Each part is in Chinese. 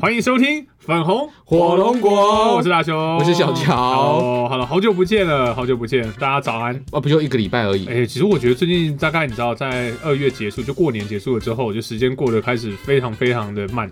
欢迎收听粉红火龙果我是大雄，我是小乔哦，好了，好久不见了，好久不见，大家早安。啊，不就一个礼拜而已哎、。其实我觉得最近大概你知道，在二月结束，就过年结束了之后，就时间过得开始非常非常的慢。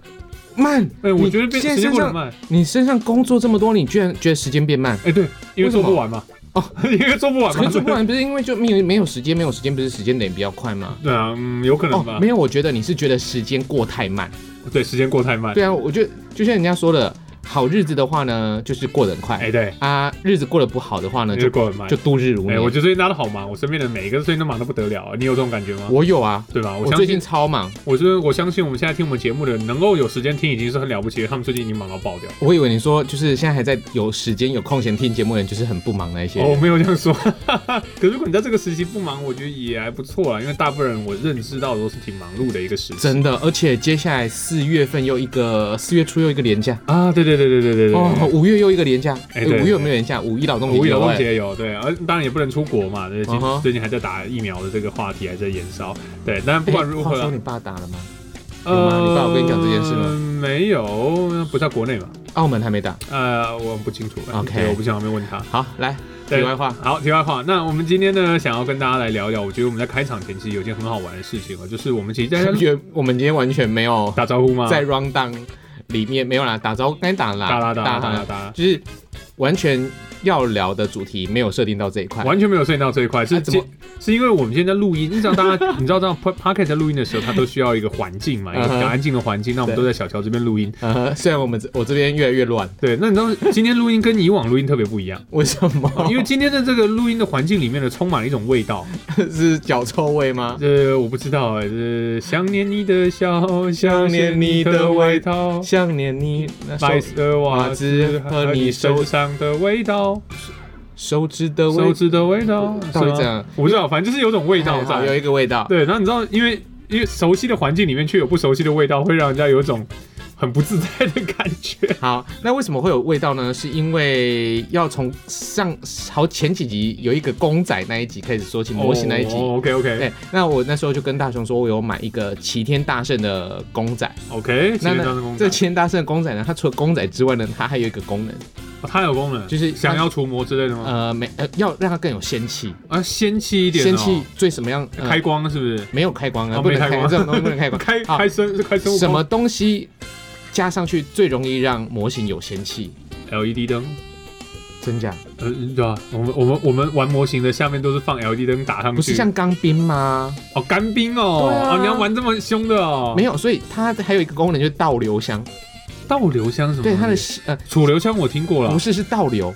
慢，哎、我你觉得变现在时间身过得上慢。你身上工作这么多，你居然觉得时间变慢？哎、对，因为为什做么不完嘛。 哦，因为做不完可嘛。是做不完不是因为就没有没有时间，没有时间不是时间点比较快吗？ 对啊，嗯，有可能吧。哦，没有，我觉得你是觉得时间过太慢。对，时间过太慢。对啊，我觉得就像人家说的，好日子的话呢，就是过得很哎、快对，啊；日子过得不好的话呢，呃就就过得慢就。度日如哎、我年。觉得最近大家都好忙，我身边的每一个最近都忙得不得了、啊你有这种感觉吗？我有啊，对吧？我我相最信近，超忙，我觉得我相信我们现在听我们节目的，能够有时间听已经是很了不起了。他们最近已经忙到爆掉。我以为你说就是现在还在有时间有空闲听节目的人，就是很不忙那一些哦，我人。没有这样说。 可如果你在这个时期不忙，我觉得也还不错啦，啊因为大部分人我认知到的都是挺忙碌的一个时期。真的，而且接下来四月份又一个，四月初又一个连假，啊，对对对对对对对。哦，五月又一个连假，哎哎，五对月有没有连假？五一劳动节有哎，五一劳动节有对，而当然也不能出国嘛。对，今嗯哼最近还在打疫苗的这个话题还在延烧。对，但不管哎如话何说啦，你爸打了吗？有吗你爸有跟你讲这件事吗呃没有，那不在国内嘛。澳门还没打。呃，我不清楚。 OK 对我不想还没问他。好，来，对题外话，好，题外话，那我们今天呢，想要跟大家来聊一聊，我觉得我们在开场前其实有一件很好玩的事情哦，就是我们其实在 觉得我们今天完全没有打招呼吗？在 round down 里面没有啦，打招呼该打啦，打啦打啦打啦啦，打啦，就是完全要聊的主题没有设定到这一块。完全没有涉及到这一块，是啊怎么今是因为我们现在录音，你知道大家 你知道这样 p o c k e t 在录音的时候，它都需要一个环境嘛，一个嗯哼安静的环境，那我们对都在小乔这边录音。呃，虽然我们这我这边越来越乱，对，那你知道今天录音跟以往录音特别不一样，哦为什么？ 因为今天的这个录音的环境里面呢，充满了一种味道。是脚臭味吗？呃，我不知道，呃，想念你的笑，想念念你你的的味味道，想念你 那手白色袜子子呃和和你你手身上的味道，手指的手味指的味道，到底是吗这样？我不知道，反正就是有种味道哎好有在。一个味道。对，然后你知道，因为因为熟悉的环境里面却有不熟悉的味道，会让人家有一种很不自在的感觉。好，那为什么会有味道呢？是因为要从上好前几集有一个公仔那一集开始说哦起，模型那一集。哎，OK OK 对，那我那时候就跟大雄说，我有买一个齐天大圣的公仔。 OK，那那那那功这能，齐天大圣的公仔呢，它除了公仔之外呢，它还有一个功哦能，它有功能，就是它想要除魔之类的吗？呃，没呃，要让它更有仙气，啊，仙嗯气一点，仙气，最什么样？呃开光是不是？没有开光啊，哦不能没开光这种东西不能 开光。开好开生是开生物什光么东西加上去最容易让模型有仙气？ LED E 灯。真假？呃，对啊，我们我们我们玩模型的下面都是放 LED 灯打上去，不是像钢冰吗？哦干冰哦，对啊哦你要玩这么凶的哦，嗯没有，所以它还有一个功能就是倒流香。倒流香什么东对西？它的呃楚留香我听过了哦不，是是倒流，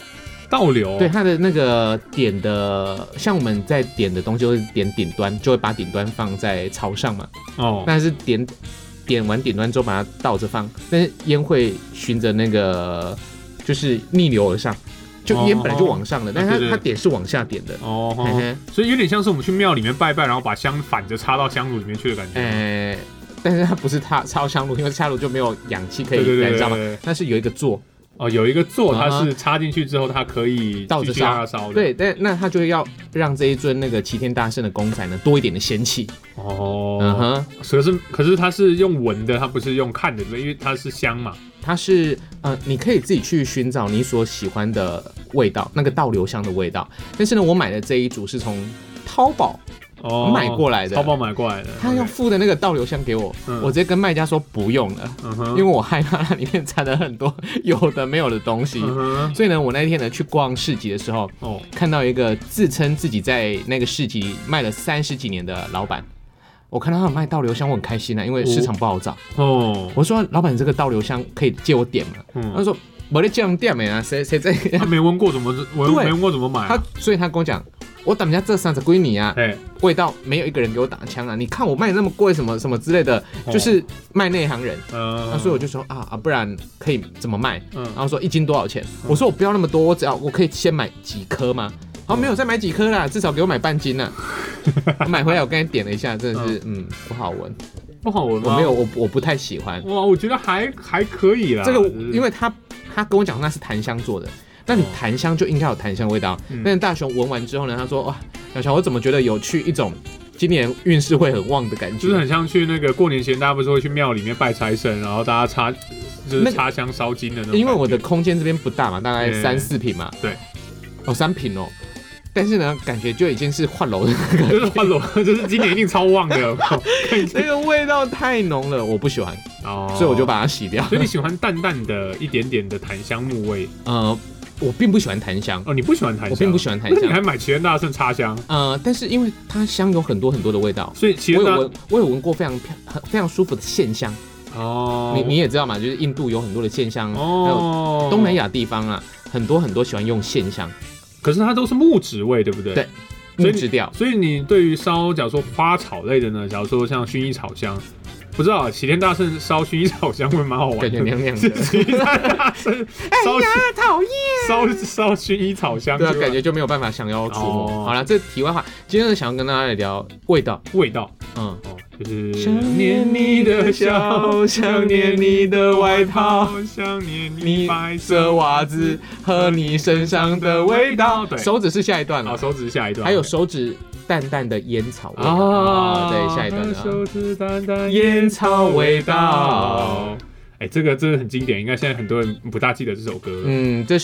倒流对它的那个点的，像我们在点的东西就是点顶端，就会把顶端放在朝上嘛。哦，那是点点完顶端之后把它倒着放，但是烟会循着那个就是逆流而上，就烟本来就往上的，但哦是对对它对它点是往下点的。哦嘿吼，嘿，所以有点像是我们去庙里面拜拜，然后把香反着插到香炉里面去的感觉。呃，但是它不是插插到香炉，因为插炉就没有氧气可对对以对燃对烧嘛。对，对但是有一个座，哦，有一个座啊它哈是插进去之后，它可以倒继着续烧让它烧的。对，但那他就要让这一尊那个齐天大圣的公仔呢多一点的仙气。嗯哦，哼，可是可是它是用闻的，它不是用看的，对不对因为它是香嘛。它是呃，你可以自己去寻找你所喜欢的味道，那个倒流香的味道。但是呢，我买的这一组是从淘宝哦，买过来的淘宝买过来的。他要 OK，付的那个倒流香给我，嗯我直接跟卖家说不用了，嗯因哼，为我害怕它里面 掺了很多有的没有的东西。嗯哼，所以呢，我那一天呢去逛市集的时候，哦，看到一个自称自己在那个市集卖了三十几年的老板，我看到他有卖倒流香，我很开心啊，因为市场不好找。哦，我说老板，你这个倒流香可以借我点吗？他嗯，说没得这样点的啊，谁谁 在？他没闻过怎么，我对没闻过怎么买他啊？所以他跟我讲。我等下这三十归你啊，哎，味道没有一个人给我打枪啊！你看我卖那么贵，什么什么之类的，哦就是卖内行人。呃，那所以我就说啊啊，不然可以怎么卖？嗯然后说一斤多少钱？我说我不要那么多，我只要我可以先买几颗吗？哦，没有再买几颗啦，至少给我买半 斤啦。我买回来我刚才点了一下，真的是嗯不好闻，不好闻吗？我没有我我不太喜欢哇，我觉得还还可以啦。这个，就是因为他他跟我讲那是檀香做的。那你哦檀香就应该有檀香味道嗯。但是大雄闻完之后呢，他说哇，小乔我怎么觉得有去一种今年运势会很旺的感就是觉？很像去那个过年前，大家不是会去庙里面拜财神，然后大家插就是那个插香烧金的那种感觉。因为我的空间这边不大嘛，大概嗯三四平嘛，对，哦三平哦，但是呢，感觉就已经是换楼的就是换楼，就是今年一定超旺 的，有没有那个味道太浓了，我不喜欢，哦，所以我就。把它洗掉。所以你喜欢淡淡的一点点的檀香木味呃，我并不喜欢檀香，哦？你不喜欢檀香？我并不喜欢檀那你还香。买齐恩大圣插香？呃，但是因为它香有很多很多的味道，所以齐我恩有大闻，我有闻过非常漂很非常舒服的线香。哦，你你也知道嘛，就是印度有很多的线香，还哦有，东南。亚地方啊，很多很多喜欢用线香可是它都是木质味，对不对？对所以木你 质调。所以你对于烧，假如说花草类的呢，假如说像薰衣草香，不知道啊齐天大圣烧薰衣草香会蛮好玩感觉的。娘娘是的， 齐天大圣烧讨厌。烧烧薰衣草香，对啊，就感觉就没有办法想要触哦摸。好了，这题外话，今天呢想要跟大家来聊味道，味道嗯，哦，就是想念你的笑想念你的外套，想念你你白这色袜子和你身上的味道。对手指是下一段好，了，手指下一段，还有手指淡淡的烟草味道。啊，啊，对，下一段手了。指淡淡烟草味道。哎、这个真的很经典，应该现在很多人不大记得这首歌了。嗯，这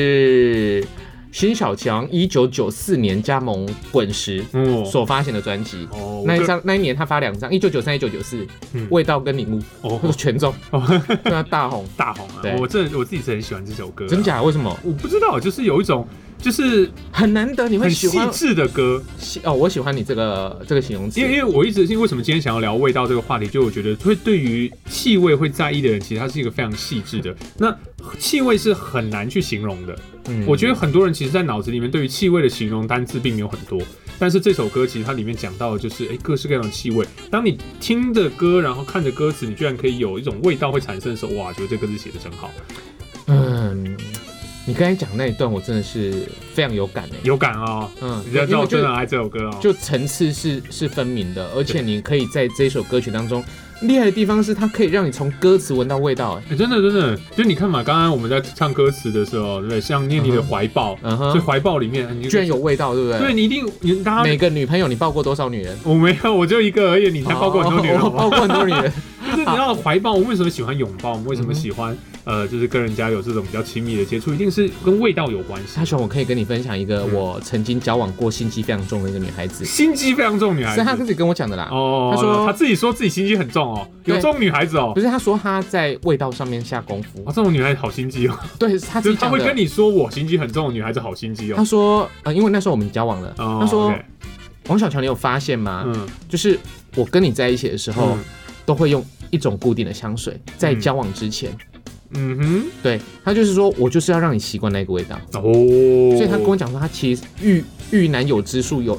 是辛晓强一九九四年加盟滚石嗯，所发行的专辑。哦那一张张那一年他发两张，一九九三、一九九四，嗯《味道》跟《领悟》，那个哦全中，哦对啊，大红，大红啊对！我真的我自己是很喜欢这首歌、啊真？假？为什么我不知道，就是有一种就是很难得你会很喜细欢？致的歌，喜哦，我喜欢你这个这个形容词因为因为我一直因为为什么今天想要聊味道这个话题，就我觉得会对于气味会在意的人，其实他是一个非常细致的。那气味是很难去形容的，嗯我觉得很多人其实，在脑子里面对于气味的形容单字并没有很多，但是这首歌其实它里面讲到的就是，哎、各式各样的气味。当你听着歌，然后看着歌词，你居然可以有一种味道会产生的时候，哇，觉得这歌词写的真好，嗯，你刚才讲那一段，我真的是非常有感哎。有感哦。嗯，你要知因道，为真的就很爱这首歌哦。就层次是是分明的，而且你可以在这首歌曲当中厉害的地方是，它可以让你从歌词闻到味道哎。诶真的真的，就你看嘛，刚刚我们在唱歌词的时候，对不对？像念你的嗯哼怀抱，嗯所以哼，怀抱里面你就居然有味道，对不对？对你一定你大家每个女朋友你抱过多少女人？我没有，我就一个而已，你才包括很多女人好哦 我不好抱过很多女人。就是你知 道怀抱，我为什么喜欢拥抱？我为什么喜嗯欢、呃，就是跟人家有这种比较亲密的接触，一定是跟味道有关系阿。雄，我可以跟你分享一个嗯我曾经交往过心机非常重的一个女孩子，是心机非常重，女孩她子自。己跟我讲的啦。哦，她说她自己说自己心机很重哦，有对这种女孩子哦不，是，她说她在味道上面下功夫哇，。这种女孩子好心机哦，对，她就自是己她讲会的。跟你说我心机很重的女孩子好心机他哦。说，呃，因为那时候我们交往了，哦他说 OK，王小强，你有发现吗？嗯，就是我跟你在一起的时候，嗯都会用一种固定的香水，在嗯交往之前，嗯哼，对他就是说我就是要让你习惯那个味道，哦，所以他跟我讲说，他其实遇遇男友之术有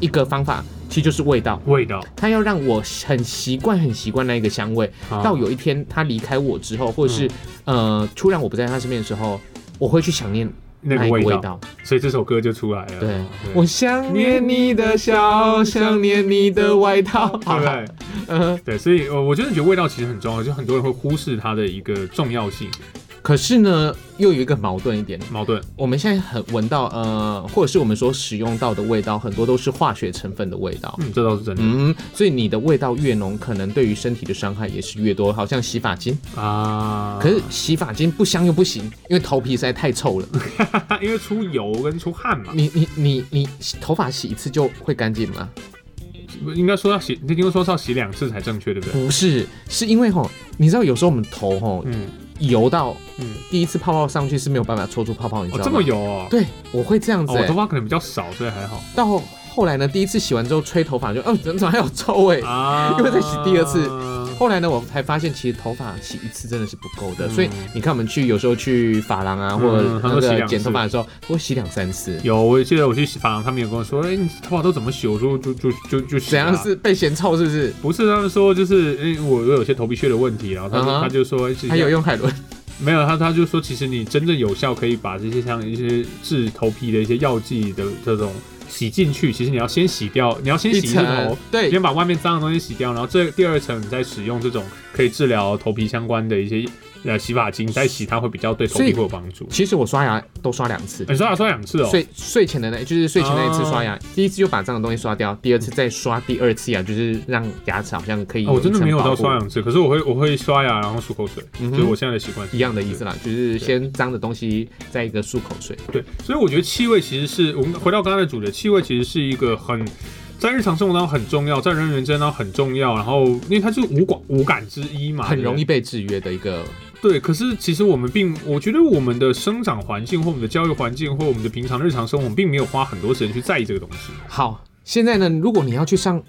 一个方法，其实就是味道。味道他要让我很习惯、很习惯那一个香味，啊到有一天他离开我之后，或者是、呃突然我不在他身边的时候，我会去想念嗯那那个一个味味道，道。所以这首歌就出来了。对，我想念你的笑，想念你的外套。对不 对？嗯，对，所以呃，我真的觉得味道其实很重要，就很多人会忽视它的一个重要性。可是呢，又有一个矛盾一点，矛盾我们现在很闻到，呃，或者是我们所使用到的味道，很多都是化学成分的味道。嗯，这倒是真的、嗯，所以你的味道越浓，可能对于身体的伤害也是越多。好像洗发精，啊。可是洗发精不香又不行，因为头皮实在太 臭了。因为出油跟出汗嘛，你你你你头发洗一次就会干净吗？应该说要洗，你听说是要洗两次才正确，对不对？不是，是因为吼，你知道有时候我们头吼嗯油到嗯，第一次泡泡上去是没有办法搓出泡泡，你知哦，道吗？这么油哦。对，我会这样子、哦，我欸头发可能比较少，所以还好到后来呢，第一次洗完之后吹头发就，哦， 怎么还有臭 味？啊 因为再洗第二次嗯后来呢，我才发现其实头发洗一次真的是不够的，嗯所以你看我们去有时候去发廊啊，或嗯者他那说洗个两次剪头发的时候，我洗两三次。有，我记得我去洗发廊，他们有跟我说，哎、你头发都怎么洗？我说就就就就洗、怎啊。样是被嫌臭是不是？不是他们说就是，哎、我我有些头皮屑的问题，然后他就、嗯哼他就说，哎其实还有用海伦，没有，他他就说，其实你真正有效可以把这些像一些治头皮的一些药剂的这种洗进去，其实你要先洗掉，你要先洗一次头层，啊对先把外面脏的东西洗掉，然后这第二层你再使用这种可以治疗头皮相关的一些呃洗发精，再洗它会比较对头皮会有帮助。其实我刷牙都刷两次你，刷牙刷两次哦，睡睡前的那就是睡前那一次刷牙，哦第一次就把脏的东西刷掉，第二次再刷第二次牙，啊就是让牙齿好像可以哦我真的一层没有到保护刷两次，可是我会我会刷牙然后漱口水，嗯哼就是我现在的习惯是一样的意思啦，就是先脏的东西再一个漱口水。对，所以我觉得气味其实是我们回到刚才的主题，气味其实是一个很在日常生活当中很重要，在人与人之间当中很重要，然后因为它就是五感五感之一嘛，很啊对不对容易被制约的一个，对，可是其实我们并，我觉得我们的生长环境或我们的教育环境或我们的平常日常生活，我们并没有花很多时间去在意这个东西。好，现在呢，如果你要去上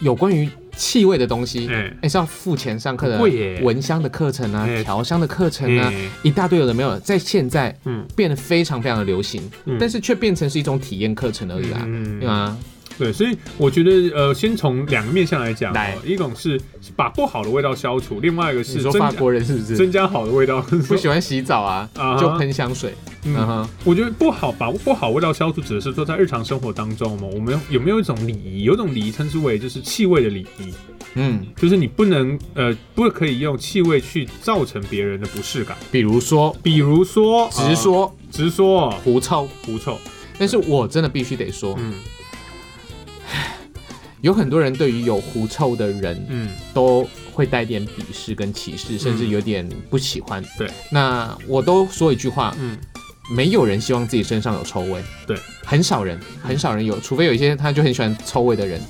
有关于气味的东西，哎、哎、是要付钱上课的，不会耶闻香的课程啊哎，调香的课程啊，哎一大堆有的没有，在现在嗯，变得非常非常的流行，嗯但是却变成是一种体验课程而已啦，嗯对吗？对，所以我觉得呃，先从两个面向来讲、来哦，一种是把不好的味道消除，另外一个是你说增法加国人是不是增加好的味道。 不喜欢洗澡啊啊哈，就喷香水？嗯嗯哼，我觉得不好把不好味道消除，指的是说在日常生活当中嘛，我们有没有一种礼仪？有一种礼仪称之为就是气味的礼仪，嗯，就是你不能呃不可以用气味去造成别人的不适感。比如说比如说直、说哦呃直说狐臭，狐臭，但是我真的必须得说，嗯有很多人对于有狐臭的人，嗯都会带点鄙视跟歧视，甚至有点不喜欢。对，那我都说一句话，嗯， 没有人希望自己身上有臭味。对，嗯很少人，很少人有，除非有一些他就很喜欢臭味的人。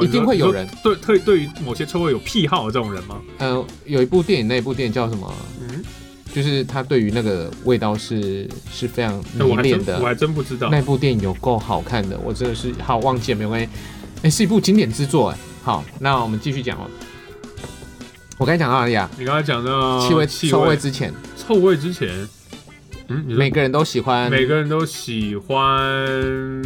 一定会有人哦你说对对对于某些臭味有癖好的这种人吗？呃，有一部电影，那一部电影叫什么？嗯，就是他对于那个味道是是非常那迷哎我还恋真我的。还真不知道。那部电影有够好看的，我真的是好忘记了，没关系。哎，是一部经典之作哎。好，那我们继续讲哦。我刚才讲到哪里啊？你刚才讲的气味、呃气臭味味、之前，臭味之前，嗯，你说每个人都喜欢每个人都喜欢，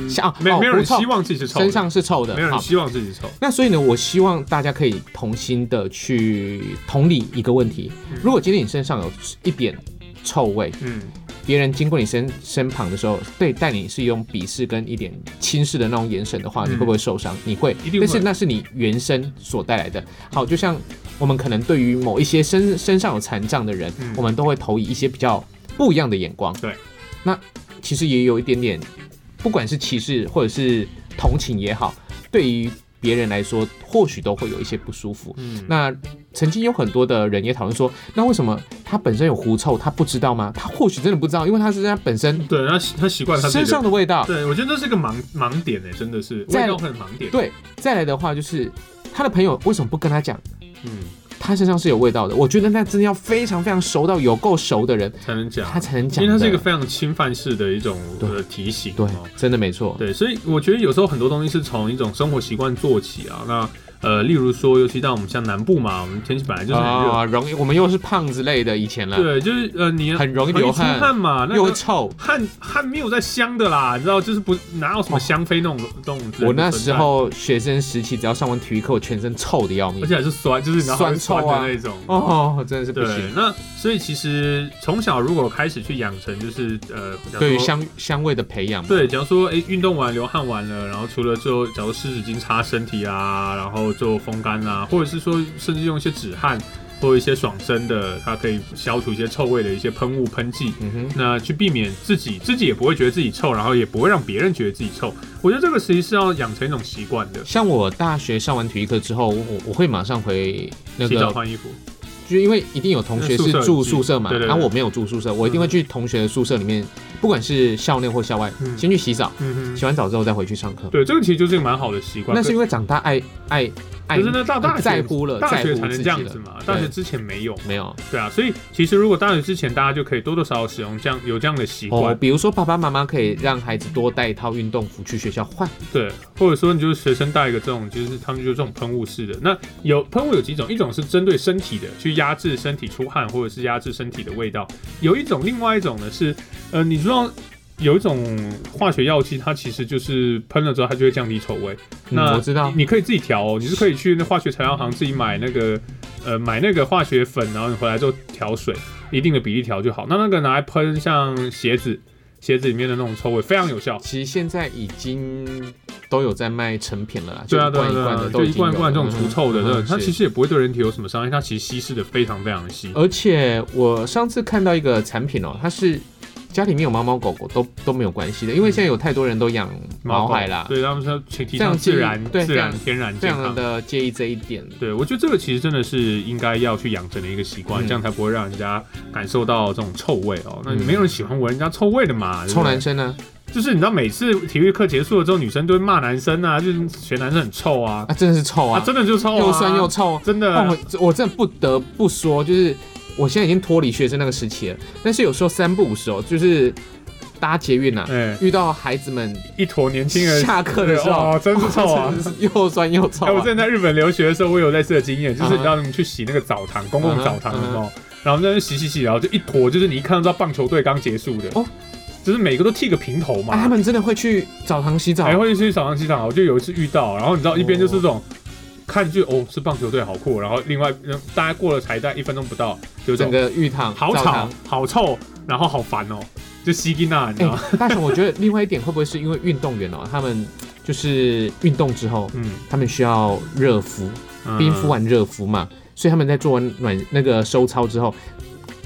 像哦没没有人狐臭希望自己是臭的，身上是臭的没有。人好，希望自己是臭。那所以呢，我希望大家可以同心的去同理一个问题：如果今天你身上有一点臭味，嗯别人经过你身身旁的时候，对待你是用鄙视跟一点轻视的那种眼神的话，嗯你会不会受伤？你会一定，会但是那是你原生所带来的。好，就像我们可能对于某一些身身上有残障的人，嗯我们都会投以一些比较不一样的眼光。对，那其实也有一点点，不管是歧视或者是同情也好，对于别人来说，或许都会有一些不舒服。嗯，那曾经有很多的人也讨论说，那为什么他本身有狐臭，他不知道吗？他或许真的不知道，因为他是他本身对，他习他习惯他自己身的上的味道。对我觉得这是个盲盲点欸呢，真的是在味道很盲点。，对，再来的话就是他的朋友为什么不跟他讲，嗯，他身上是有味道的？我觉得那真的要非常非常熟到有够熟的人，才能讲，他才啊能因讲为的。它是一个非常侵犯式的一种对呃提醒。对哦，真的没错。对，所以我觉得有时候很多东西是从一种生活习惯做起啊。那呃，例如说，尤其到我们像南部嘛，我们天气本来就是很热，啊，容易我们又是胖子类的，以前啦，对，就是呃，你很容易流汗出汗嘛，那又会个臭。汗汗没有在香的啦，你知道，就是不哪有什么香妃那种东西。我那时，候学生时期，只要上完体育课，我全身臭的要命而。且还是酸，就是你知道酸会酸臭啊的那种。哦，真的是不对行。，那所以其实从小如果开始去养成，就是呃，假如对于说香香味的培养嘛，对，假如说哎，诶运动完流汗完了，然后除了就假如湿纸巾擦身体啊，然后做风干啊，或者是说甚至用一些止汗或一些爽身的，它可以消除一些臭味的一些喷雾喷剂。嗯哼，那去避免自己，自己也不会觉得自己臭，然后也不会让别人觉得自己臭。我觉得这个其实是要养成一种习惯的，像我大学上完体育课之后，我我会马上回那洗澡个，换衣服。就因为一定有同学是住宿舍嘛，啊对对对然后我没有住宿舍，我一定会去同学的宿舍里面，不管是校内或校外，嗯先去洗澡，嗯洗完澡之后再回去上课哼，。对，这个其实就是一个蛮好的习惯。那是因为长大爱爱爱可是呢，到大学在乎了，大在学乎才自能己这样子了，嘛，对大学之前没有嘛，没有。对啊，所以其实如果大学之前大家就可以多多少少使用这样有这样的习哦，惯，比如说爸爸妈妈可以让孩子多带一套运动服去学校换，对，或者说你就是随身带一个这种，就是他们就这种喷雾式的。那有喷雾有几种，一种是针对身体的，去压制身体出汗或者是压制身体的味道；有一种，另外一种呢是，呃，你知道。有一种化学药剂，它其实就是喷了之后，它就会降低臭味。嗯那我知道你你可以自己调哦，你是可以去那化学材料行自己买那个，呃，买那个化学粉，然后你回来之后调水，一定的比例调就好。那那个拿来喷像鞋子，鞋子里面的那种臭味，非常有效。其实现在已经都有在卖成品了啦，对啊，就对一啊，对罐一罐啊的，都就已一经罐有了一罐这种除臭的，嗯嗯对嗯它是其实也不会对人体有什么伤害，它其实稀释的非常非常的稀。而且我上次看到一个产品哦，它是家里面有猫猫狗狗都都没有关系的，因为现在有太多人都养毛狗孩啦，对他们说提提这样倡自建议然、对自这然、样天然非健常康。的介意这一点。对，我觉得这个其实真的是应该要去养成的一个习惯，嗯这样才不会让人家感受到这种臭味哦。那嗯没有人喜欢闻人家臭味的嘛。对不臭对男生呢？就是你知道，每次体育课结束了之后，女生都会骂男生啊，就是嫌男生很臭啊，啊，真的是臭啊，啊，真的就臭、啊，啊又酸又哦臭。真的。但我我真的不得不说，就是我现在已经脱离学生那个时期了，但是有时候三不五时哦，就是搭捷运啊，哎、遇到孩子们一坨年轻人下课的时候哦，真是臭啊！真的是又酸又臭哎、我之啊。前在日本留学的时候，我有类似的经验，就是你嗯哼知道你去洗那个澡堂，公共澡堂的嗯哼时候，然后在那边洗洗洗，然后就一坨，就是你一看到知道棒球队刚结束的，哦就是每个都剃个平头啊，他嘛，们真的会去澡堂洗澡还、，会去澡堂洗澡。我就有一次遇到，然后你知道一边就是这种。看就哦是棒球队好酷，然后另外嗯大概过了才大概一分钟不到，就这整种个浴堂、好澡吵啊堂。、好臭，然后好烦哦，就西吉娜，你知哎、道吗？大雄，我觉得另外一点会不会是因为运动员哦，他们就是运动之后，嗯，他们需要热敷，嗯冰敷啊完热敷嘛，所以他们在做完暖那个收操之后，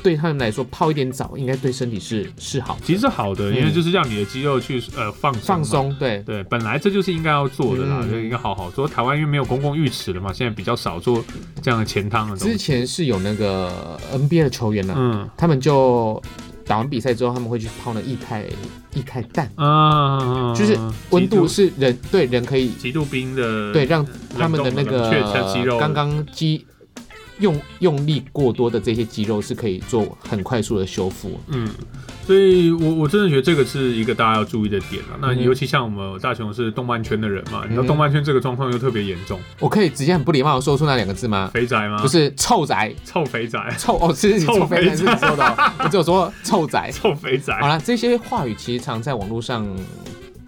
对他们来说泡一点澡应该对身体是是好其实是好的，因为就是让你的肌肉去呃放松嘛嗯放松，对，对，本来这就是应该要做的啦，嗯就应该好好做。台湾因为没有公共浴池了嘛，现在比较少做这样的前汤的东之西。前是有那个 NBA 的球员呢、啊嗯他们就打完比赛之后，他们会去泡那液态液态氮，啊，就是温度是人对人可以极度冰的，对让他们的那冷冻冷却肌肉个刚刚肌用用力过多的这些肌肉是可以做很快速的修复。嗯。所以我，我真的觉得这个是一个大家要注意的点了。那嗯尤其像我们大雄是动漫圈的人嘛，你知道嗯动漫圈这个状况又特别严重，我可以直接很不礼貌的说出那两个字吗？肥宅吗？不，是臭宅，臭肥宅，臭哦，是你啊臭臭肥肥宅是你说的哦，我只有说臭宅。臭肥宅好。了，这些话语其实常在网络上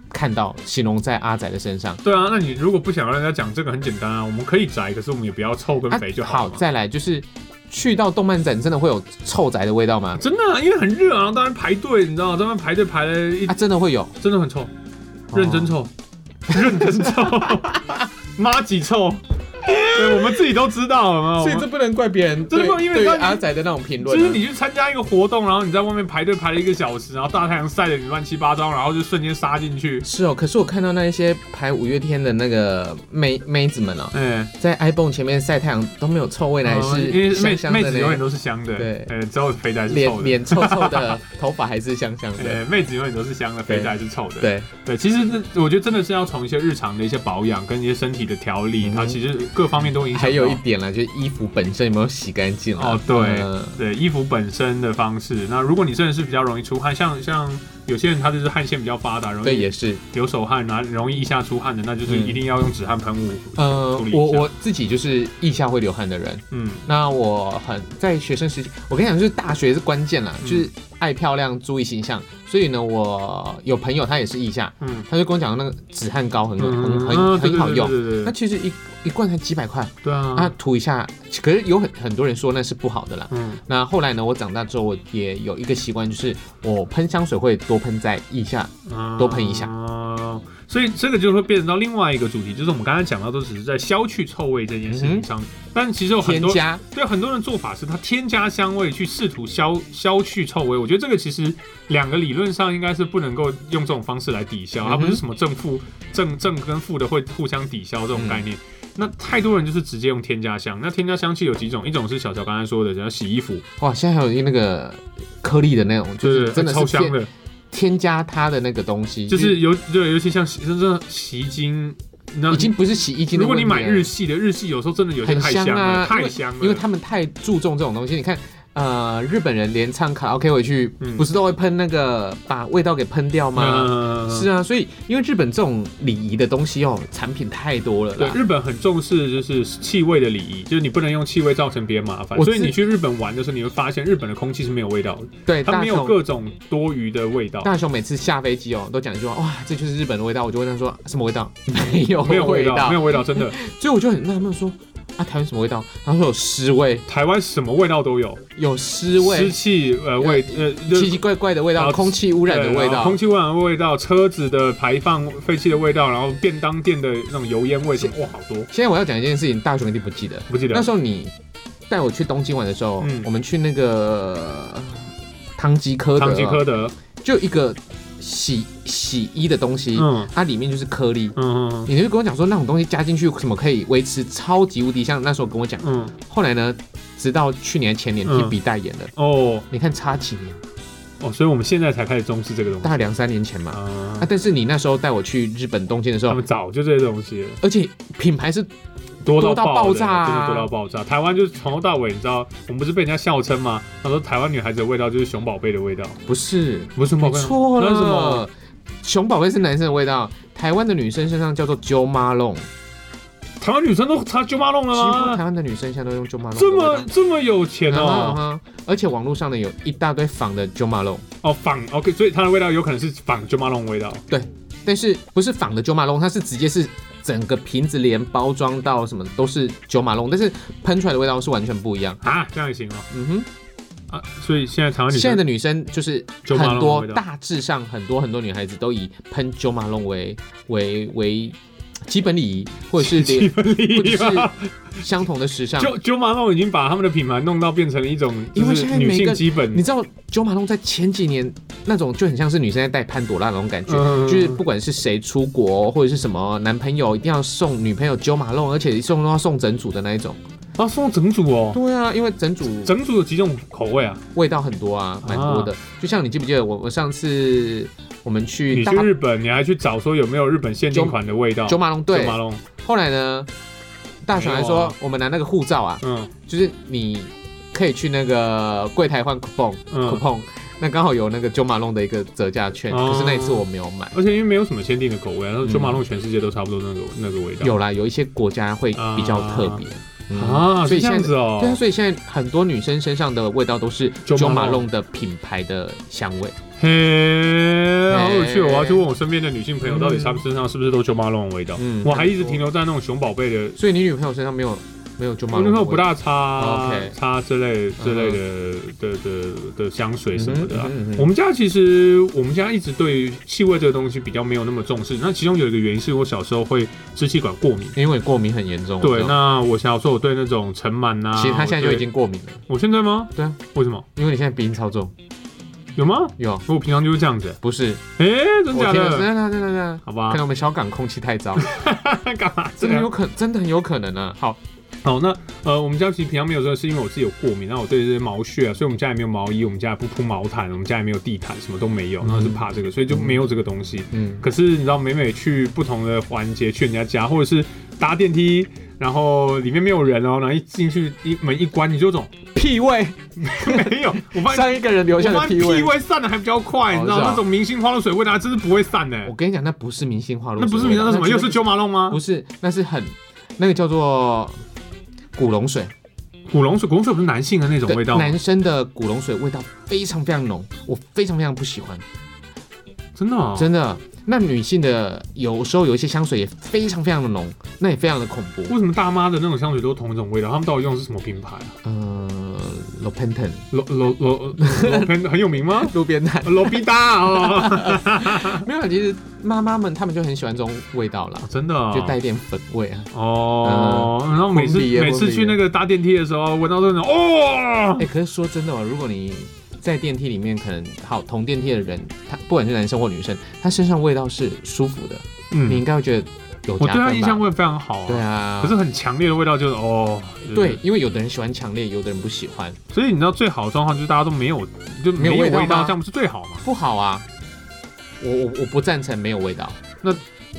看到，形容在阿宅的身上。对啊，那你如果不想让人家讲这个，很简单啊，我们可以宅，可是我们也不要臭跟啊肥就好好，了嘛。再来就是去到动漫展，真的会有臭宅的味道吗？真的、啊，因为很热啊，当然排队，你知道，当然排队排了一，啊，真的会有，真的很臭，认真臭， 认真 臭，妈几臭，对，我们自己都知道，有没有？所以这不能怪别人真的对，不能因为对于当你阿仔的那种评论就是啊、你去参加一个活动，然后你在外面排队排了一个小时，然后大太阳晒得你乱七八糟，然后就瞬间杀进去，是哦，可是我看到那一些排五月天的那个妹妹子们哦，哎、在 iPhone 前面晒太阳都没有臭味呢，还嗯因是为妹香香妹的子永远呢，都是香的，对呃，只有肥宅是臭脸的，脸臭臭的， 头发还是香香的，呃，妹子永远都是香的，对肥宅是臭的，对，对，其实这我觉得真的是要从一些日常的一些保养跟一些身体的调理，嗯哼它其实各方面都影响到。还有一点啦，就是衣服本身有没有洗干净啊哦对嗯对衣服本身的方式，那如果你真的是比较容易出汗，像像有些人他就是汗腺比较发达，容对，易也是。流手汗啊，容易腋下出汗的，那就是嗯一定要用止汗喷雾。呃处理一，下我我自己就是腋下会流汗的人，嗯，那我很在学生时期，我跟你讲，就是大学是关键啦，嗯就是爱漂亮，注意形象。所以呢，我有朋友他也是腋下，嗯他就跟我讲那个止汗膏很很啊很对很好用。对对那对对其实一一罐才几百块，对啊啊，，涂一下，可是有很很多人说那是不好的啦。嗯，那后来呢，我长大之后，我也有一个习惯，就是我喷香水会多喷在腋下。啊多喷一下哦，所以这个就会变成到另外一个主题，就是我们刚才讲到都只是在消去臭味这件事嗯情哼上，但其实有很添多加对很多人做法是他添加香味去试图消消去臭味，我觉得这个其实两个理论上应该是不能够用这种方式来抵消，它嗯哼不是什么正负正正跟负的会互相抵消这种概念。嗯那太多人就是直接用添加香，那添加香气有几种，一种是小乔刚才说的，然后洗衣服，哇，现在还有一那个颗粒的那种，就对是对，真的哎超是香添的，添加它的那个东西，就是尤对，尤其像洗真的洗衣精，那已经不是洗衣机的如果你问题了买日系的，日系有时候真的有些很太香了，啊，因太为香了，因为他们太注重这种东西。你看，呃，日本人连唱卡拉 OK 回去，嗯不是都会喷那个把味道给喷掉吗？嗯是啊，所以因为日本这种礼仪的东西哦，产品太多了对，啦。日本很重视就是气味的礼仪，就是你不能用气味造成别人麻烦。我所以自你去日本玩的时候，你会发现日本的空气是没有味道的，对，它大没有雄各种多余的味道，大雄每次下飞机哦，都讲一句话，哇，这就是日本的味道。我就问他说什么味道？没有 没有味道，没有味道，真的。所以我就很纳闷说，啊，台湾什么味道？他说有尸味，台湾什么味道都有，有尸湿味，气呃味呃就是奇奇怪怪的味然道，后空气污染的对味然后道，空气污染的味道，车子的排放废气的味道，然后便当店的那种油烟味，什么哇，好多，现在我要讲一件事情，大雄一定不记得。不记得那时候你带我去东京玩的时候，嗯我们去那个呃唐吉诃德，啊唐吉诃德，就一个洗洗衣的东西，嗯它里面就是颗粒。嗯你就跟我讲说那种东西加进去什么可以维持超级无敌，像那时候跟我讲。嗯嗯，后来呢，直到去年前年嗯 T B 代言的，哦你看差几年，哦，所以我们现在才开始重视这个东西大概两三年前嘛。啊哦啊，，但是你那时候带我去日本东京的时他候们，早就这些东西了。而且品牌是多多到到爆爆的炸啊真的多到爆炸。台湾就是从头到尾，你知道，我们不是被人家笑称吗？他说台湾女孩子的味道就是熊宝贝的味道，不是不是熊宝你贝吗，错啊那是什么？了，熊宝贝是男生的味道，台湾的女生身上叫做 Jo Malone，台湾女生都擦舅妈弄几乎了台吗？湾的女生现在都用 Jo Malone 的啊这味道。么这么有钱啊哦、哈而且网络上呢有一大堆仿的 Jo Malone，哦仿 OK，所以它的味道有可能是仿舅妈弄味道。但是不是仿的 Jo Malone，它是直接是整个瓶子连包装到什么都是 Jo Malone，但是喷出来的味道是完全不一样。啊，这样也行哦、嗯哼，啊！所以现在台湾女现在生的女生就是 Jo 很 Malone 的多味道大致上很多很多女孩子都以喷 Jo Malone 为为为基本礼仪，或者是基连本或礼者仪吧，是相同的时尚。就舅妈弄已经把他们的品牌弄到变成了一种就因为是现在女每性个基本你，知道九马龙在前几年那种就很像是女生在带潘朵拉那种感觉，嗯就是不管是谁出国或者是什么男朋友一定要送女朋友九马龙，而且一送都要送整组的那一种。啊送整组哦、对啊，因为整组整组有几种口味啊？味道很多啊，蛮多的。就像你记不记得我我上次我们去你大去日本，你还去找说有没有日本限定款的味道？九马龙对马，龙，后来呢，大雄还没有说啊我们拿那个护照啊，嗯就是你可以去那个柜台换 coupon 嗯， coupon，那刚好有那个九马龙的一个折价券，哦可是那一次我没有买。而且因为没有什么限定的口味啊，然后嗯九马龙全世界都差不多那个那个味道。有啦，有一些国家会比较特别、嗯啊，所是以这现样在。子哦对。啊，所以现在很多女生身上的味道都是 Jo Jo Malone Malone 的品牌的香味。嘿，好有趣哦！我嘿要去问我身边的女性朋友，嗯到底她们身上是不是都九马龙的味道？嗯我还一直差不多停留在那种熊宝贝的，所以你女朋友身上没有没有 Jo 我那 Malone 时的候不味道大擦 OK 嗯擦之类之类的的的的香水什么的啊。嗯哼嗯哼嗯哼我们家其实我们家一直对于气味这个东西比较没有那么重视。那其中有一个原因是我小时候会支气管过敏。因为过敏很严重。对哦我，知道那我小时候我对那种尘螨呐，其实她现在就我已对经过敏了，我现在吗？对啊，为什么？因为你现在鼻音超重。有吗？有我平常就是这样子。不是？哎，真我假听了的？真的真的真的真的，好可吧能，我们小港空气太糟， 干嘛这真的样有？可真的很有可能啊。好，好，那呃，我们家其实平常没有这个，是因为我自己有过敏，然后我对这些毛屑啊，所以我们家也没有毛衣，我们家也不铺毛毯，我们家也没有地毯，什么都没有，然后是怕这个，所以就没有这个东西。啊嗯，可是你知道，每每去不同的环节，去人家家，或者是搭电梯，然后里面没有人哦，然后一进去一门一关，你就有种屁味，没有，我发现上一个人留下我的发现屁屁味。味散的还比较快，哦你知道是啊那种明星花露水味道真是不会散的、我跟你讲，那不是明星化露那水不是味道，明星那是什么？真又的是九马龙吗不？是，那是很那个叫做古龙水古龙水，古龙水不是男性的那种对味道吗？男生的古龙水味道非常非常浓，我非常非常不喜欢，真的、哦，真的。那女性的有时候有一些香水也非常非常的浓，那也非常的恐怖。为什么大妈的那种香水都同一种味道？他们到底用的是什么品牌啊？呃 l o p e n t o n 罗罗罗罗很很有名吗？路边摊罗必达哦， 没有啦，其实妈妈们她们就很喜欢这种味道啦，真的哦就带一点粉味啊。哦。然后每次婚呃礼耶每次婚礼去耶那个搭电梯的时候，闻到这种哦哎、，可是说真的哦，如果你在电梯里面，可能好同电梯的人，他不管是男生或女生，他身上味道是舒服的，你应嗯，该会觉得有我对加分吧？他印象会非常好、啊。对。啊，可是很强烈的味道就是哦，就是对，因为有的人喜欢强烈，有的人不喜欢，所以你知道最好的状况就是大家都没有，就没有有味道吗这样不是最好吗？不好啊。我我我不赞成没有味道，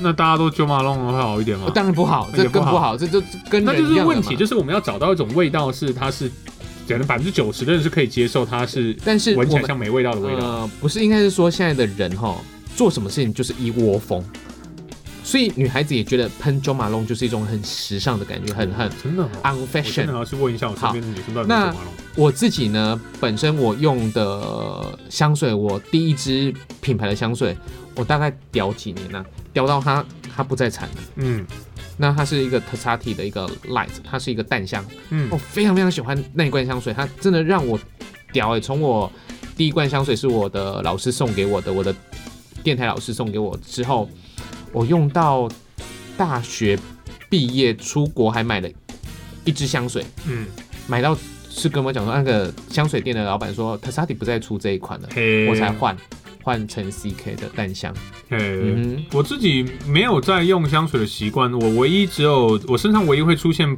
那大家都九马龙会好一点吗？哦当然 不好，这也不更好不好，这就跟那人就是一样的问嘛题，就是我们要找到一种味道是它是可能百分之九十的人是可以接受，它是但是我闻起来们像没味道的味道。呃不是应该是说现在的人哈，做什么事情就是一窝蜂，所以女孩子也觉得喷 Jo Malone 就是一种很时尚的感觉，嗯很很啊真的哦、 un 我真 fashion 的。要去问一下我身边的女生到底哦有没有九马龙。我自己呢，本身我用的香水，我第一支品牌的香水，我大概屌几年了、啊，屌到它它不再产了。嗯，那它是一个 Tessati 的一个 Light，它是一个淡香，嗯我哦非常非常喜欢那一罐香水，它真的让我屌哎、从我第一罐香水是我的老师送给我的，我的电台老师送给我之后，我用到大学毕业出国还买了一支香水，嗯，买到是跟我讲说那个香水店的老板说 Tasati 不再出这一款了，嘿，我才换换成 CK 的淡香。嘿。嗯我自己没有在用香水的习惯，我唯一只有我身上唯一会出现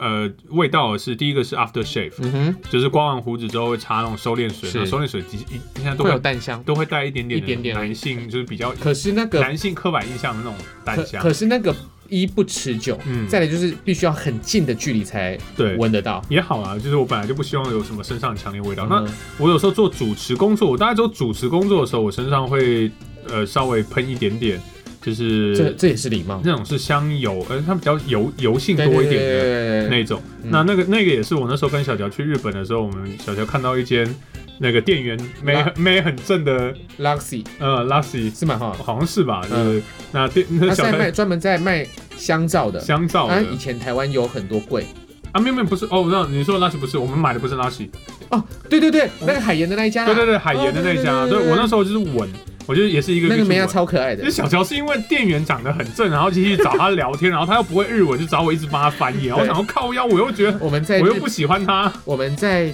呃味道的是第一个是 after shave，、哼，嗯哼，就是刮完胡子之后会擦那种收敛水，是那收敛水其实一现在都会有会淡香，都会带一点点一点点男性，就是比较可是那个男性刻板印象的那种可淡香可，是那个一不持久，嗯再来就是必须要很近的距离才对。闻得到。也好啊，就是我本来就不希望有什么身上强烈味道。那嗯我有时候做主持工作，我大概做主持工作的时候，我身上会呃稍微喷一点点，就是这这也是礼貌，那种是香油，呃，它比较油油性对多一对点的对对对那种。嗯那那个那个也是我那时候跟小乔去日本的时候，我们小乔看到一间那个店员没拉没很正的 Luxy 呃 l u s y 是蛮好的，好像是吧？嗯就是那店那他是小在乔卖专门在卖香皂的。香皂啊，的以前台湾有很多柜啊，没有没有不是哦，那你说 l u s y 不是，我们买的不是 l u s y 哦，对对对，那个海盐的那一家啦，对对对，海盐的那一家，啊哦对对对对我那时候就是闻，我觉得也是一个那一个去梅亚闻超可爱的那，小乔是因为店员长得很正，然后继续找他聊天，然后他又不会日文，就找我一直帮他翻译。然后我对想要靠腰，我又觉得我们在我又日不喜欢他。我们在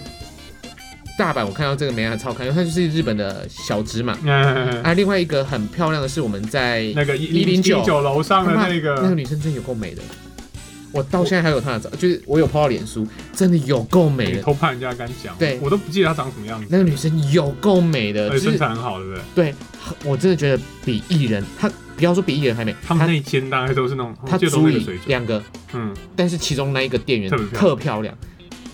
大阪，我看到这个梅亚超可爱，因为它就是日本的小芝麻。嗯，啊，另外一个很漂亮的是我们在那个一109九楼上的那那个个，女生真的有够美的，我到现在还有她的照，就是我有抛到脸书，真的有够美你的。偷拍人家敢讲，对我都不记得她长什么样子，那个女生有够美的，而就且身是材很好，对不对？对我真的觉得比艺人，她不要说比艺人还美，他们她那一间大概都是那种，她我记得都是足那以个水准。两个，嗯，但是其中那一个店员特别漂亮特漂亮，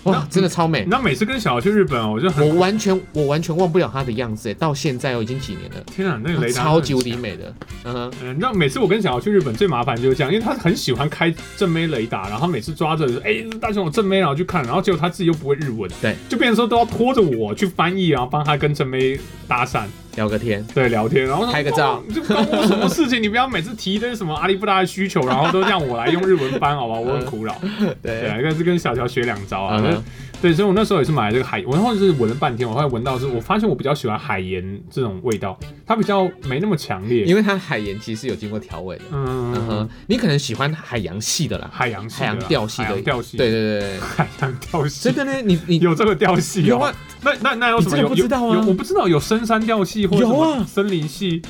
哇那，真的超美。那每次跟小乔去日本哦，我就很我完全我完全忘不了她的样子，到现在哦已经几年了，天啊，那个雷达超级无真敌的很强。美的。嗯哼，嗯，那每次我跟小乔去日本最麻烦就是这样，因为他很喜欢开正妹雷达，然后每次抓着哎、大雄有正妹，然后去看，然后结果他自己又不会日文，对，就变成说都要拖着我去翻译，然后帮他跟正妹搭讪。聊个天，对，聊天，然后拍个照你就关我什么事情？你不要每次提一堆什么阿里不达的需求，然后都让我来用日文翻，好吧？我很苦恼。对啊，，但是跟小乔学两招啊。嗯哼对，所以我那时候也是买了这个海，我然后是闻了半天，我后来闻到是，我发现我比较喜欢海盐这种味道，它比较没那么强烈。因为它海盐其实有经过调味的。嗯嗯哼，，你可能喜欢海洋系的啦，海洋系的海啦洋调系的海洋调系，对，对对，对海洋调系真。的呢，你你有这个调系有哦啊？那那那有什么？你真的有不知道啊有有我不知道有深山调系或者有什啊么森林系，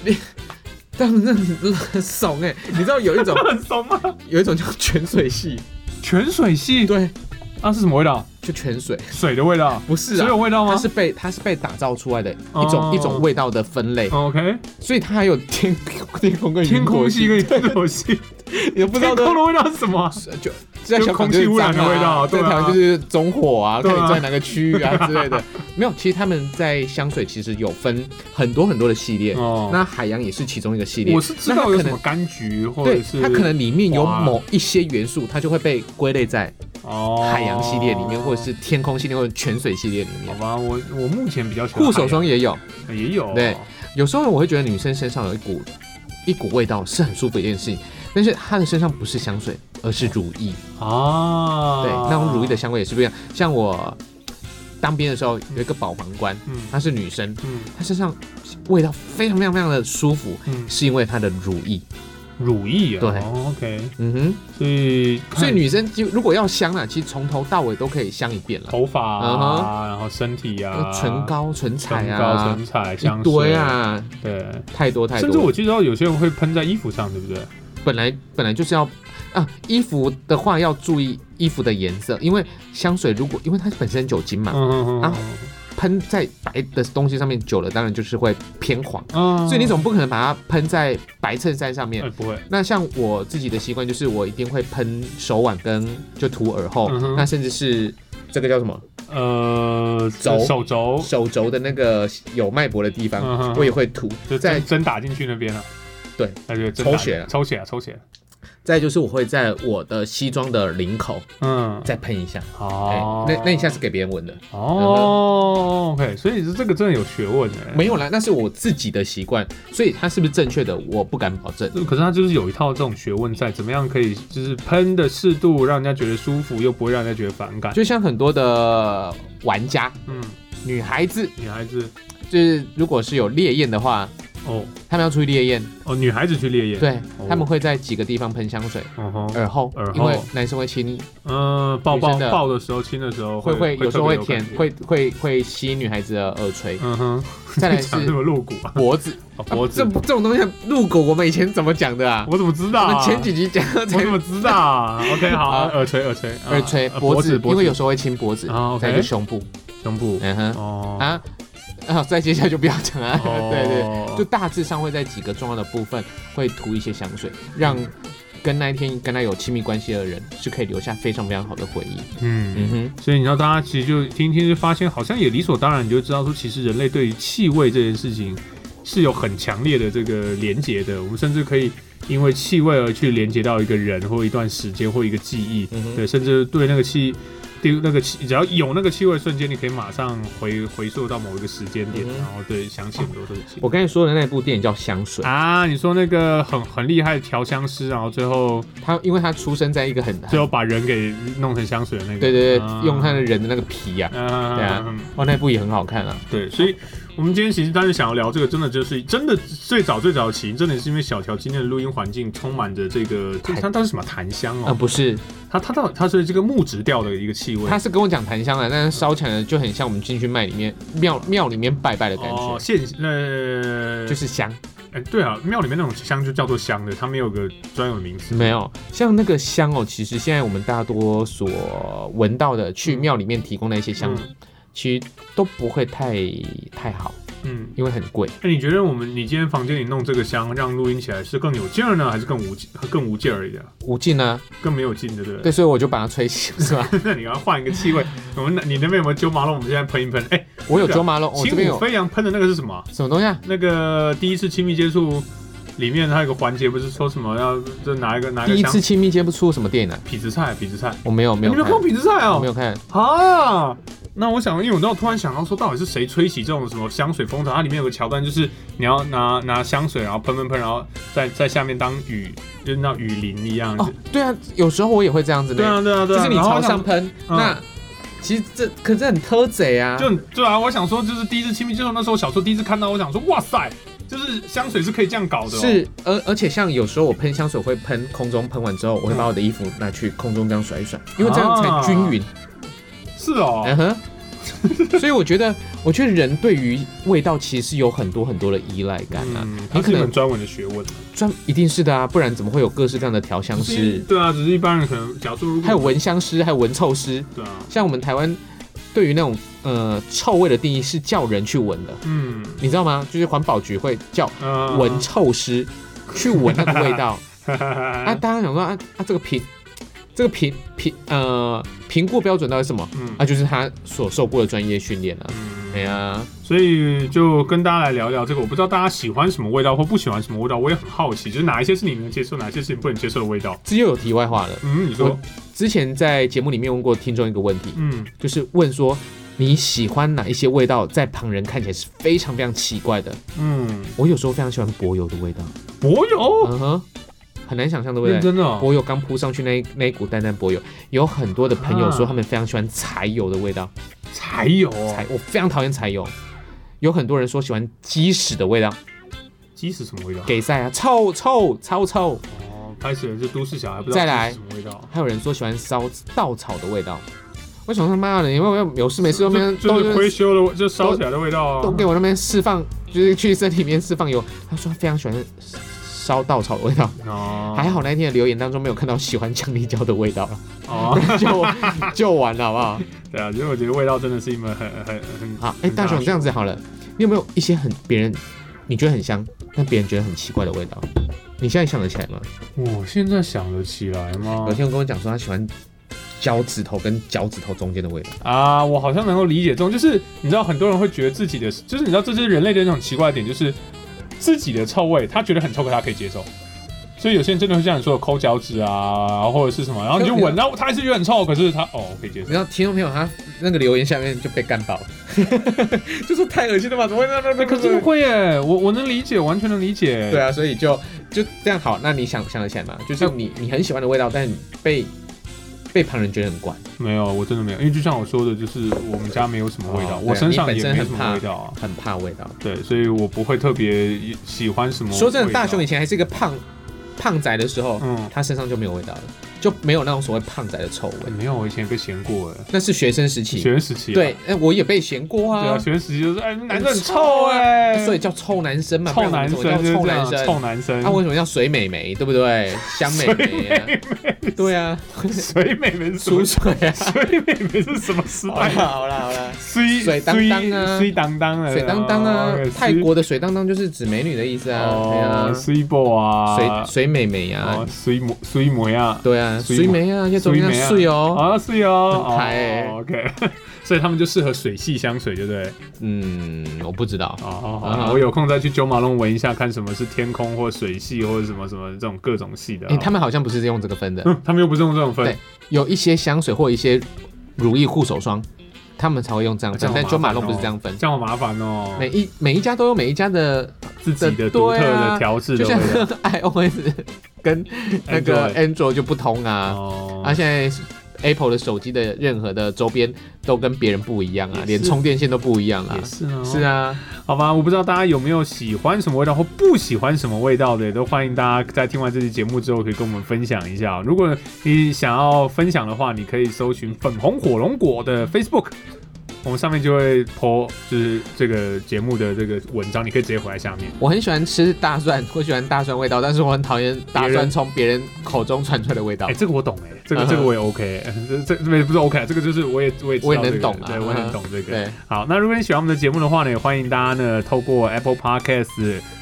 但是那很怂哎，你知道有一种那很怂吗？有一种叫泉水系，泉水系对，啊是什么味道？就泉水，水的味道，不是水啊有。味道吗？它是被它是被打造出来的一哦种一种味道的分类， OK，所以它还有天天空跟天云朵空系跟云朵系，你都不知天道的空，的味道是什么啊？是就在就小港空就气是污染的脏啊味道对在啊台湾就是中火啊，对看啊你在哪个区域啊之类的。没有，其实他们在香水其实有分很多很多的系列，哦那海洋也是其中一个系列。我是知那它道有可什能么柑橘或者对，是它可能里面有花某一些元素，它就会被归类在哦海洋系列里面，或者是天空系列或者泉水系列里好面。吧，我我目前比较喜欢护手霜也有，海洋也有对有时候我会觉得女生身上有一股一股味道是很舒服的一件事情，但是她的身上不是香水，而是乳液。啊，对，那种乳液的香味也是不一样。像我当兵的时候有一个保皇官，嗯她是女生，嗯她身上味道非常非常非常的舒服，嗯是因为她的乳液。乳液啊，对哦，OK，嗯所以哼，所以女生就如果要香啊，其实从头到尾都可以香一遍了。头发嗯啊，哼然后身体啊，唇、膏、唇彩唇膏、啊，唇彩、香一水堆，啊，对，太多太多。甚至我知道有些人会喷在衣服上，对不对？本来本来就是要啊，衣服的话要注意衣服的颜色，因为香水如果因为它本身酒精嘛，嗯啊喷在白的东西上面久了，当然就是会偏黄。嗯啊所以你总不可能把它喷在白衬衫上面哎。不会，那像我自己的习惯就是，我一定会喷手腕跟就涂耳后，嗯哼那甚至是这个叫什么呃，肘手肘，手肘的那个有脉搏的地方，嗯哼我也会涂就。在针针打进去那边了。哎对，那就针打抽血了抽血啊，抽血啊。再就是我会在我的西装的领口嗯，再喷一下，哎、好，那那一下是给别人闻的，哦，OK，所以是这个真的有学问的。没有啦，那是我自己的习惯，所以它是不是正确的，我不敢保证。可是他就是有一套这种学问在，怎么样可以就是喷的适度，让人家觉得舒服，又不会让人家觉得反感。就像很多的玩家，嗯，女孩子女孩子，就是如果是有烈焰的话，哦她们要出去烈焰，哦，女孩子去烈焰，，对哦，她们会在几个地方喷香水，嗯哼，耳后，耳后因为男生会亲，嗯，抱抱女生的抱的时候，亲的时候会会会有时候会特别舔感，觉，会会会吸女孩子的耳 垂，嗯哼，再 来讲这是么露骨啊，脖子，哦脖子啊，这这种东西入骨，我们以前怎么讲的啊？我怎么知道我们啊？前几集讲到我这怎么知道啊？OK，好，啊耳垂，耳垂，啊耳垂、呃脖子，脖因子为有时候会亲脖子啊，，OK 再来就胸部，胸部，嗯哼，哦，啊啊，再接下来就不要讲了，哦对对。就大致上会在几个重要的部分会涂一些香水，让嗯跟那一天跟他有亲密关系的人是可以留下非常非常好的回忆。嗯。哼，所以你知道，大家其实就听一听就发现，好像也理所当然，你就知道说，其实人类对于气味这件事情是有很强烈的这个连结的。我们甚至可以因为气味而去连接到一个人或一段时间或一个记忆，嗯哼对，甚至对那个气。对那个气，只要有那个气味，瞬间你可以马上回回溯到某一个时间点，嗯哼然后对想起很多东西。我刚才说的那部电影叫《香水》，啊，你说那个很很厉害的调香师，然后最后他因为他出生在一个很最后把人给弄成香水的那个，对对对，啊用他的，人的那个皮呀、嗯对啊哦，那部也很好看啊。对，所以我们今天其实当时想要聊这个，真的就是真的最早最早起因，真的是因为小乔今天的录音环境充满着这个，它檀它到底是什么檀香啊、哦？不是，它它到底它是这个木质调的一个气味，他是跟我讲檀香的，但是烧起来的就很像我们进去庙里面庙庙里面拜拜的感觉，哦，现呃就是香。哎对啊，庙里面那种香就叫做香的，它没有个专有的名词。没有，像那个香哦，其实现在我们大多所闻到的，去庙里面提供的一些香，嗯其实都不会太太好，嗯，因为很贵。那你觉得我们你今天房间里弄这个香，让录音起来是更有劲儿呢，还是更无劲更无劲儿一点，无尽呢、更没有劲，对不对？对，所以我就把它吹熄，是吧？那你要换一个气 味，我们那你那边有没有鸠马龙？我们现在喷一喷。哎，我有九马龙，我轻哦这边舞有飞扬喷的那个是什么啊？什么东西啊？那个第一次亲密接触里面，它有个环节不是说什么要就拿一个拿一第个一香次亲密接触出什么电影呢、痞子菜，痞子菜，哎我没有，没你有没有看看，过痞子菜我哦？没有看。啊，那我想，因为我到突然想到说，到底是谁吹起这种什么香水风潮？啊它里面有个桥段，就是你要拿拿香水，然后喷喷喷，然后 在在下面当雨，就是那雨淋一样。哦，对啊，有时候我也会这样子对呢，啊，对啊，对就啊。是你然后我朝想上喷，嗯那其实这可是很偷贼 啊。就对啊，我想说，就是第一次亲密接触那时候，小时候第一次看到，我想说，哇塞，就是香水是可以这样搞的、哦。是，而而且像有时候我喷香水会喷空中，喷完之后我会把我的衣服拿去空中这样甩一甩，因为这样才均匀。是啊哦，嗯哼。所以我觉得，我觉得人对于味道其实是有很多很多的依赖感啊。嗯，它你可是一能门专门的学问。专一定是的啊，不然怎么会有各式各样的调香只是师，对啊，只是一般人可能，假如说如果还有闻香师，还有闻臭师？对啊，像我们台湾对于那种呃臭味的定义是叫人去闻的，嗯，你知道吗？就是环保局会叫呃闻 臭师去闻那个味道。啊，啊，大家想说啊啊，这个评这个评评呃评估标准到底是什么？嗯啊，就是他所受过的专业训练啊。嗯，哎呀，所以就跟大家来聊聊这个，我不知道大家喜欢什么味道或不喜欢什么味道，我也很好奇，就是哪一些是你能接受，哪一些是你不能接受的味道。这又有题外话了。嗯，你说我，之前在节目里面问过听众一个问题，嗯就是问说你喜欢哪一些味道，在旁人看起来是非常非常奇怪的。嗯，我有时候非常喜欢柏油的味道，柏油，嗯哼，很难想象，对不哦认对？真的哦，柏油刚铺上去那一那一股淡淡柏油，有很多的朋友说啊他们非常喜欢柴油的味道。柴油哦，柴，我非常讨厌柴油。有很多人说喜欢鸡屎的味道，鸡是什么味道？给塞啊，臭臭超臭。哦，开始这都市小孩不知道再来鸡是什么味道，还有人说喜欢烧稻草的味道。我想他妈的，你有没有有事没事就都没有就都是灰修的，就烧起来的味道都啊给。我那边释放，就是去身体里面释放油。他说他非常喜欢烧稻草的味道。哦还好那一天的留言当中没有看到喜欢降力胶的味道了，哦，就就完了好不好？对啊，因为我觉得味道真的是一门很很很好，哎、大嗯雄这样子好了，你有没有一些很别人你觉得很香，但别人觉得很奇怪的味道？你现在想得起来吗？我哦现在想得起来吗有？天我跟我讲说，他喜欢脚趾头跟脚趾头中间的味道。啊，我好像能够理解这种，就是你知道很多人会觉得自己的，就是你知道这就是人类的那种奇怪的点，就是自己的臭味，他觉得很臭，可他可以接受。所以有些人真的会像你说的抠脚趾啊，或者是什么，然后你就闻，然后他还是觉得很臭，可是他哦可以接你受知。道听众朋友他那个留言下面就被干爆了， 就说太恶心了吧？怎么会那那那可是会耶，我我能理解，完全能理解。对，啊，所以就就这样好。那你想想得起来吗？就是你你很喜欢的味道，但你被被旁人觉得很怪，没有，我真的没有，因为就像我说的，就是我们家没有什么味道，哦对啊我身上你本也身没很什么怕味道啊。很怕味道。对，所以我不会特别喜欢什么味道。说真的，大雄以前还是一个胖胖仔的时候，嗯，他身上就没有味道了，就没有那种所谓胖仔的臭味。没有，我以前被嫌过哎，那是学生时期，嗯学生时期啊。对，哎，我也被嫌过对啊，啊，学生时期就是哎，男的很很臭臭啊哎，所以叫臭男生嘛，臭男生不然就我们是怎么这叫样臭男生，啊臭男生。那、为什么叫水美眉，对不对？香美眉啊，对啊，水妹妹是什么苏？水啊，水妹妹是什么时好代 啦？好啦好啦，水哦水当当啊水当当啊，水当当啊哦，泰国的水当当就是指美女的意思啊，对哦，啊，水波啊水，水美眉啊哦，，水模水模呀，对啊，水水眉啊，要怎么样水哦，啊水哦，很台欸哦 OK，所以 他们就适合水系香水，对不对？嗯，我不知道，哦，好好啊好，哈我有空再去九马龙闻一下，看什么是天空或水系或者什么什么这种各种系的哎、啊。他们好像不是用这个分的，嗯他们又不是用这种分对，有一些香水或一些如意护手霜，他们才会用这样这分，样好麻但九马烦龙不是哦这样分，这样好麻烦哦。每一每一家都有每一家的自己的独特对啊的调制就的像味道。哎 iOS 跟那个 Android 就不通啊。哦啊，现在 Apple 的手机的任何的周边都跟别人不一样也啊是，连充电线都不一样啊也。是哦，是，啊，好吧，我不知道大家有没有喜欢什么味道或不喜欢什么味道的，也都欢迎大家在听完这期节目之后，可以跟我们分享一下哦。如果你想要分享的话，你可以搜寻“粉红火龙果”的 Facebook，我们上面就会 po 就是这个节目的这个文章，你可以直接回来下面。我很喜欢吃大蒜，我喜欢大蒜味道，但是我很讨厌大别人蒜从别人口中传出来的味道哎、。这个我懂哎、这个嗯哼这个我也 OK，、这哎这这不是 OK，这个啊就是我也我也知道我也这能个懂啊对我也能懂这个。对，好，那如果你喜欢我们的节目的话呢，也欢迎大家呢透过 Apple Podcast、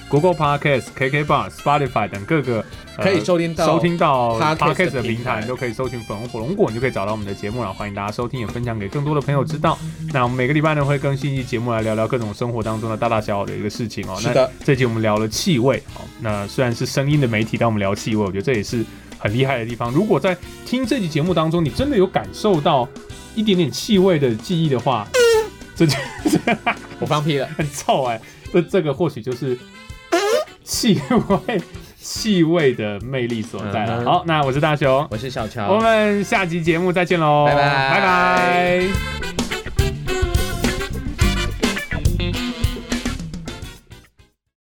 Google Podcast、KK Bar、Spotify 等各个、呃可以收听到收听到 Podcast 的 Podcast 的平平台台，都可以搜寻“粉红火龙果”，你就可以找到我们的节目了。然后欢迎大家收听，也分享给更多的朋友知道。那我们每个礼拜呢会更新一期节目，来聊聊各种生活当中的大大小小的一个事情哦。是那的这集我们聊了气味，好，那虽然是声音的媒体，但我们聊气味，我觉得这也是很厉害的地方。如果在听这期节目当中，你真的有感受到一点点气味的记忆的话，这就我放屁了。很臭哎、那这个或许就是气味气味的魅力所在了。嗯哼好，那我是大雄，我是小乔，我们下集节目再见喽，拜拜拜拜。